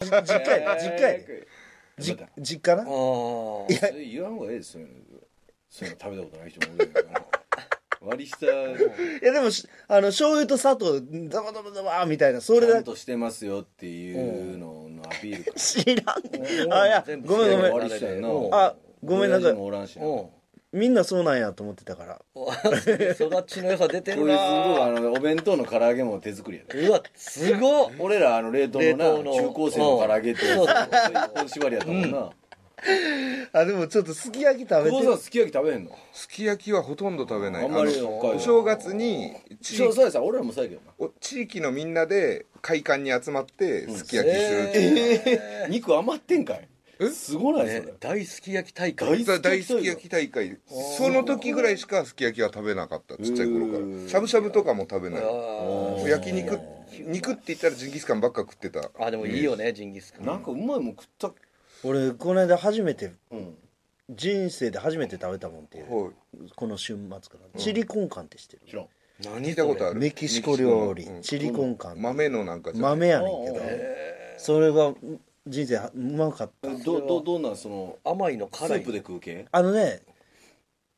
実家や実家やでじ実家なああいやそれ言わん方がええですよねそういうの食べたことない人も多いから割り下ちいやでもしあの醤油と砂糖ダバダバダバーみたいなそれゃだんとしてますよっていうののアピールか知らんあいや全部ごめんごめ知らんん割り下やなうんあごめんなさい親父もおらんしなうんみんなそうなんやと思ってたからお育ちの良さ出てこるいつなのあのお弁当の唐揚げも手作りやでうわすごっ俺らあの冷凍の冷な凍の中高生の唐揚げってやつうん一本縛りやったもんなあでもちょっとすき焼き食べ久保さんてすき焼き食べへんのすき焼きはほとんど食べないあんまりあの北海道お正月に地そうそうやさ俺らもそうやけどなお地域のみんなで会館に集まってすき焼きするっていう、え肉余ってんかいえすごーないそねれ大好き焼き大大会好き大好き焼き大会その時ぐらいしかすき焼きは食べなかったちっちゃい頃うかーらしゃぶしゃぶとかも食べないあ焼肉肉って言ったらジンギスカンばっか食ってたあでもいいよねジンギスカンなんかうまいもん食った俺この間初めてうん人生で初めて食べたもんっていうほこの週末からチリコンカンって知ってる知らんう聞いたことあるメキシコ料理メキシコのうんチリコンカンって豆のなんかじゃない豆やねんけどそれが人生うまかったえどどどんなその甘いのス辛いープで食う系あのね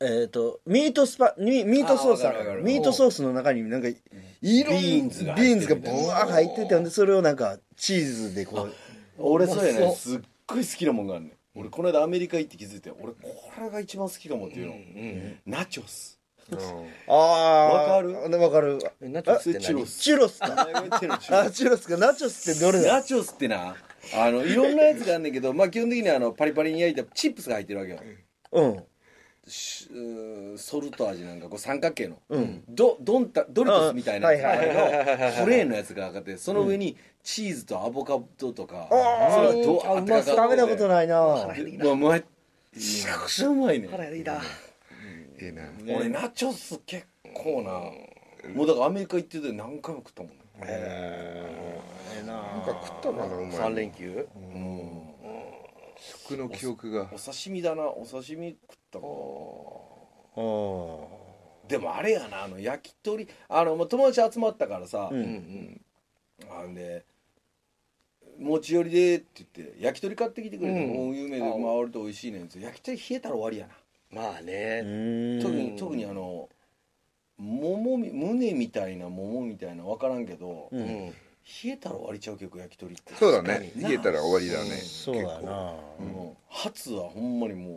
えっとミートスパミミートソースああわかるわかるるビートソースの中になんかいろんビーンズが入っビーてるンズがブワー入っててほんでそれをなんかチーズでこう俺そうやうまねそうすっごい好きなもんがあるね俺この間アメリカ行って気づいて俺これが一番好きかもっていうのうんナチョスうああわかるわかるうんナチョスっそれてチュロ何スチュロス名か前が言ってるのチュロあスチュロスかナチョスってどれだナチョスってなあのいろんなやつがあんねんけどまあ基本的にあのパリパリに焼いたチップスが入ってるわけようんしうーソルト味なんかこう三角形の、うんドドンタドリトスみたいなやつあはいなんだけどトレーのやつが上がってその上にチーズとアボカドとか、あーそれがドアーってかか食べたこといないなうわうまいめちゃくちゃうまいね辛いだんいいな俺ナチョス結構な、もうだからアメリカ行ってて何回も食ったもんね、なんか食ったかなお三前連休うん食の記憶がお刺身だなお刺身食ったかなうんでもあれやなあの焼き鳥あの、まあ、友達集まったからさ、ううんんあんで「持ち寄りで」って言って焼き鳥買ってきてくれて、うんもう有名であまあ割と美味しいねんって焼き鳥冷えたら終わりやな、うんまあうねん特に特にあの桃み胸みたいな桃みたいな分からんけど、うんうん冷えたら終わりちゃう結構焼き鳥ってそうだねな冷えたら終わりだねそうだ結構なもう初はほんまにもう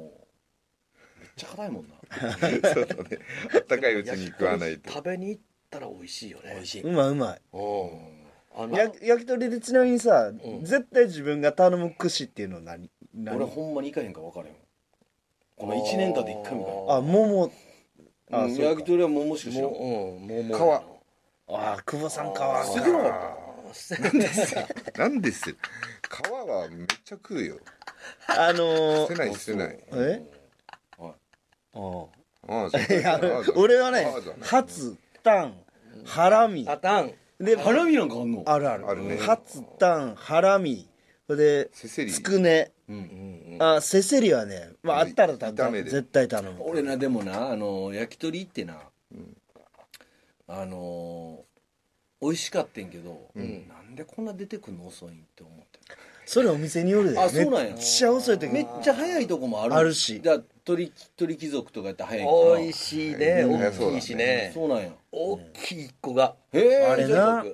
めっちゃ辛いもんなそうだねあったかいうちに食わないと食べに行ったら美味しいよ美ね味しい、うまいうまいうんあのや焼き鳥でちなみにさ、ん絶対自分が頼む串っていうのは何何俺ほんまに行かへんか分からへんこの1年間で1回もあ桃行かあ、へん、うんそう焼かき鳥は桃しか知らんもううんもうもう皮あ久保さんか捨ててなかったなんですよ皮はめっちゃ食うよあの 捨てー、ない捨てないえはいあああじゃいやないああじゃない俺はねああじゃないハツタンハラミあたんでハラミなんかあんのあるあるあるねハツタンハラミそれでセセリつくねうんあせせりはね、まあ、あったら食べ炒めたで絶対頼む俺なでもなあの焼き鳥ってな、あの美味しかったんけど、なんでこんな出てくるの遅いんって思ってそれお店によるであそうなんやめっちゃ遅い時めっちゃ早いとこもあるあるしだから鳥鳥貴族とかやったら早いんかな美味しいねうん大きいしねそうなんや大きい子が へえあれなうん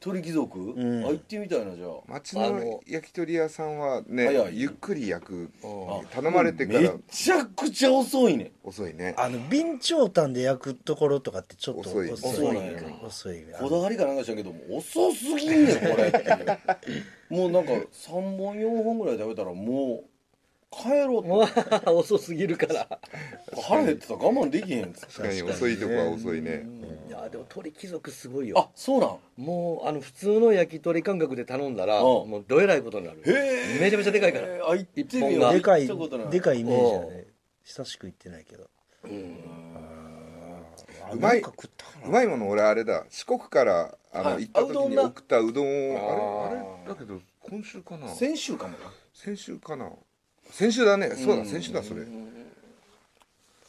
鳥貴族、んあ行ってみたいなじゃあ町あのの焼き鳥屋さんは早ねいゆっくり焼くうん頼まれてかめらちゃくちゃ遅いね遅いねあの備長炭で焼くところとかってちょっと遅い遅い遅いね遅いねこだわりかなんかしたけども遅すぎんねんこれっていうもうなんか3本4本ぐらい食べたらもう帰ろうってわあ遅すぎるから腹減ってたら我慢できへんっつって確かに遅いとこは遅いねいやでも鳥貴族すごいあよそうなんもうあの普通の焼き鳥感覚で頼んだらうんもうどえらいことになるへえめちゃめちゃでかいからあ行ってみ一よ本うがでかい行ったことないでかいイメージだおね久しく行ってないけどあうまいなんか食ったかうなまいもの俺あれだ四国からあはのい行った時にあうどんな送ったうどんをあれあーあれだけど今週かな先週かもな先週かな先週だねそうだ先週だそれ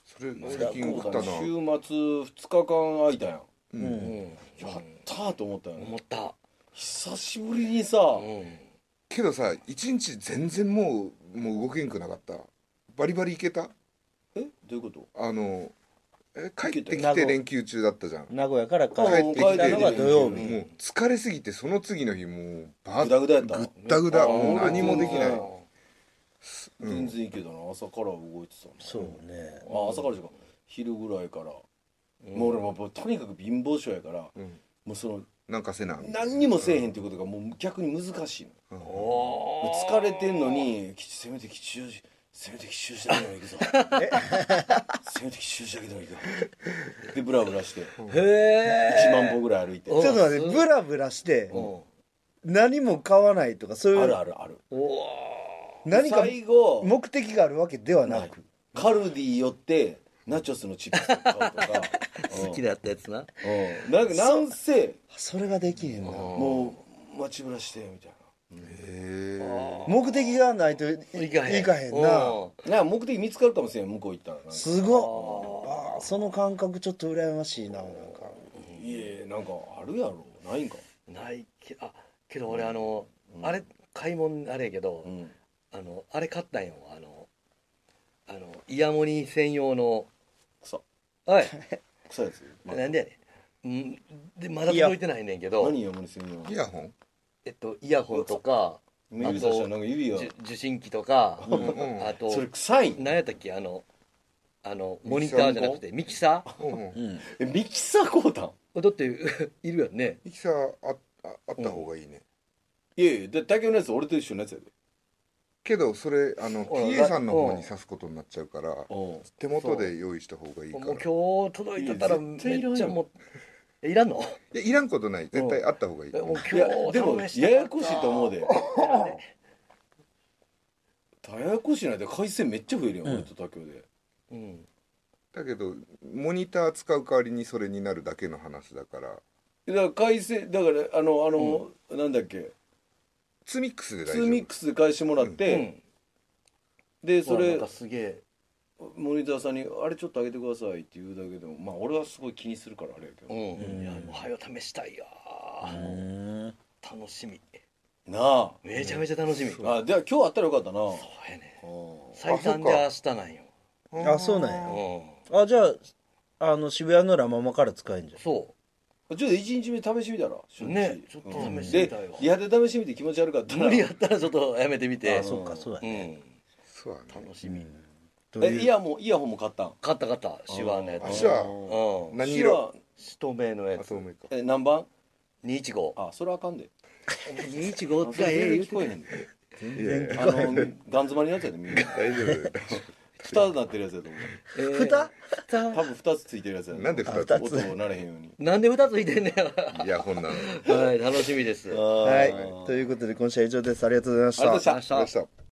それ最近送ったな週末2日間空いたやんうんやったーと思ったよね思った久しぶりにさうんけどさ一日全然もうもう動けんくなかったバリバリいけたえどういうことあのえ帰っ行てきけてた連休中だったじゃん名古屋から帰帰っっててききたてのが土曜日もう疲れすぎてその次の日もうバグダグダやったぐったぐだもうあー何もできないうん全然いいけどな朝から動いてたなそうねあ朝からじゃ昼ぐらいから、もう俺ももうとにかく貧乏症やから、んもうそのなんかせな何にもせえへんっていうことがもう逆に難しいの、疲れてんのにきせめて吉祥寺せめて吉祥寺だけでも行くぞ せめて吉祥寺だけでも行くぞでブラブラしてへえ1万歩ぐらい歩いて、ちょっと待ってブラブラして何も買わないとかそういあるうあるある何か最後目的があるわけではなくカルディ寄ってナチョスのチップス買う とか好きだったやつなうんなんかなんせそれができへんなもう待ちぶらしてみたいへ目的がないといいかへんなななんか目的見つかるかもしれん向こう行ったらなんかすごっあーその感覚ちょっと羨ましいななんかいえなんかあるやろないんかないけあけど俺あの、あれ買い物あれやけど、んあのあれ買ったんよあのあのイヤモニ専用の草おい臭いやつ、まあなんでやねんんでまだ届いてないねんけど何やもに専用えイヤホンえっとイヤホンとか指さしたらなんか指がじゅ受信機とか、んあとそれ臭いん何やったっけあのあのモニターじゃなくてミキサーうんうんえミキサー買うたんだって いるよねミキサーあああった方がいいねいやいやだ竹のやつ俺と一緒のやつやでけどそれあのほら PA さんの方に刺すことになっちゃうからお手元で用意した方がいいかもらう今日届いてたらいやめ絶対いらんよっちゃもうえいらんのいやいらんことない絶対あった方がいいえもういや今日でも試したややこしいと思う でなんでややこしいなで回線めっちゃ増えるよ、俺と竹雄でうんだけどモニター使う代わりにそれになるだけの話だからだから回線だからあのあの、なんだっけツミックスで大ツ丈ーミッ夫クスで返してもらって、でそそれなれんかすげえモニターさんに「あれちょっと上げてください」って言うだけでもまあ俺はすごい気にするからあれやけど、うんいやもう早試したいやー楽しみなあめちゃめちゃ楽しみああでは今日あったらよかったなそうやねうん最短で明日なんよあそうなんやうんあじゃああの渋谷のラ・ママから使えんじゃんそちょっと1日目試してみたら初日ねちょっと試してみたいわでやって試してみて気持ち悪かったうら無理やったらちょっとやめてみてあそうかそうやうんそうだね楽しみどうえイいうヤホンイヤホンも買ったん買った買った手話のやあつじゃあうん何色一目のやあつ透明かえ何番215あそれあかんで215って全ええ然言う聞てこえへんであえのガン詰まりのやつやでみ んな大丈夫蓋になってるやつやと思うえー蓋蓋多分2つついてるやつやなんで二つ音をなれへんようになんで蓋ついてんねイヤホンなのあんりはい楽しみですははいということで今週は以上ですありがとうございましありがとうございまたしたがとうございました